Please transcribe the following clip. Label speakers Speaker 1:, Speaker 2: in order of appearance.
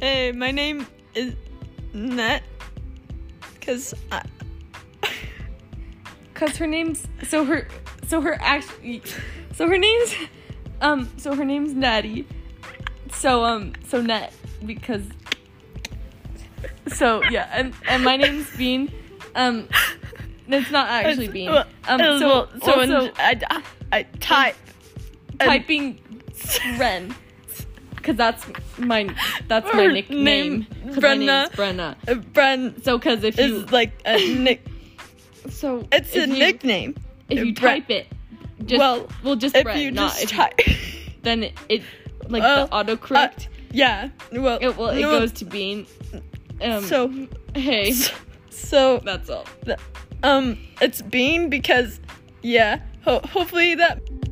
Speaker 1: Hey, my name is Net. Cause I,
Speaker 2: Cause her name's so her so her act so her name's um so her name's Natty. So um so Net because so yeah and and my name's Bean. Um it's not actually
Speaker 1: It's-
Speaker 2: Bean.
Speaker 1: well,
Speaker 2: Um
Speaker 1: as
Speaker 2: so
Speaker 1: well, so
Speaker 2: also
Speaker 1: in- I, I type
Speaker 2: typing Ren. Cause that's my that's my
Speaker 1: Her
Speaker 2: nickname.
Speaker 1: name,
Speaker 2: 'Cause my name's Brenna.
Speaker 1: Bren
Speaker 2: So cause if you
Speaker 1: is like a nick.
Speaker 2: so
Speaker 1: It's a
Speaker 2: if you-
Speaker 1: nickname.
Speaker 2: if you
Speaker 1: Bre-
Speaker 2: type it just well
Speaker 1: Well,
Speaker 2: well just
Speaker 1: If
Speaker 2: Bren,
Speaker 1: you
Speaker 2: not
Speaker 1: just Oh, uh,
Speaker 2: if you-
Speaker 1: type, uh,
Speaker 2: then it, it like
Speaker 1: Well,
Speaker 2: the autocorrect
Speaker 1: yeah. Well,
Speaker 2: it well it
Speaker 1: no,
Speaker 2: goes to being um
Speaker 1: so
Speaker 2: hey
Speaker 1: so
Speaker 2: that's all
Speaker 1: um, it's Bean because yeah. Ho- hopefully that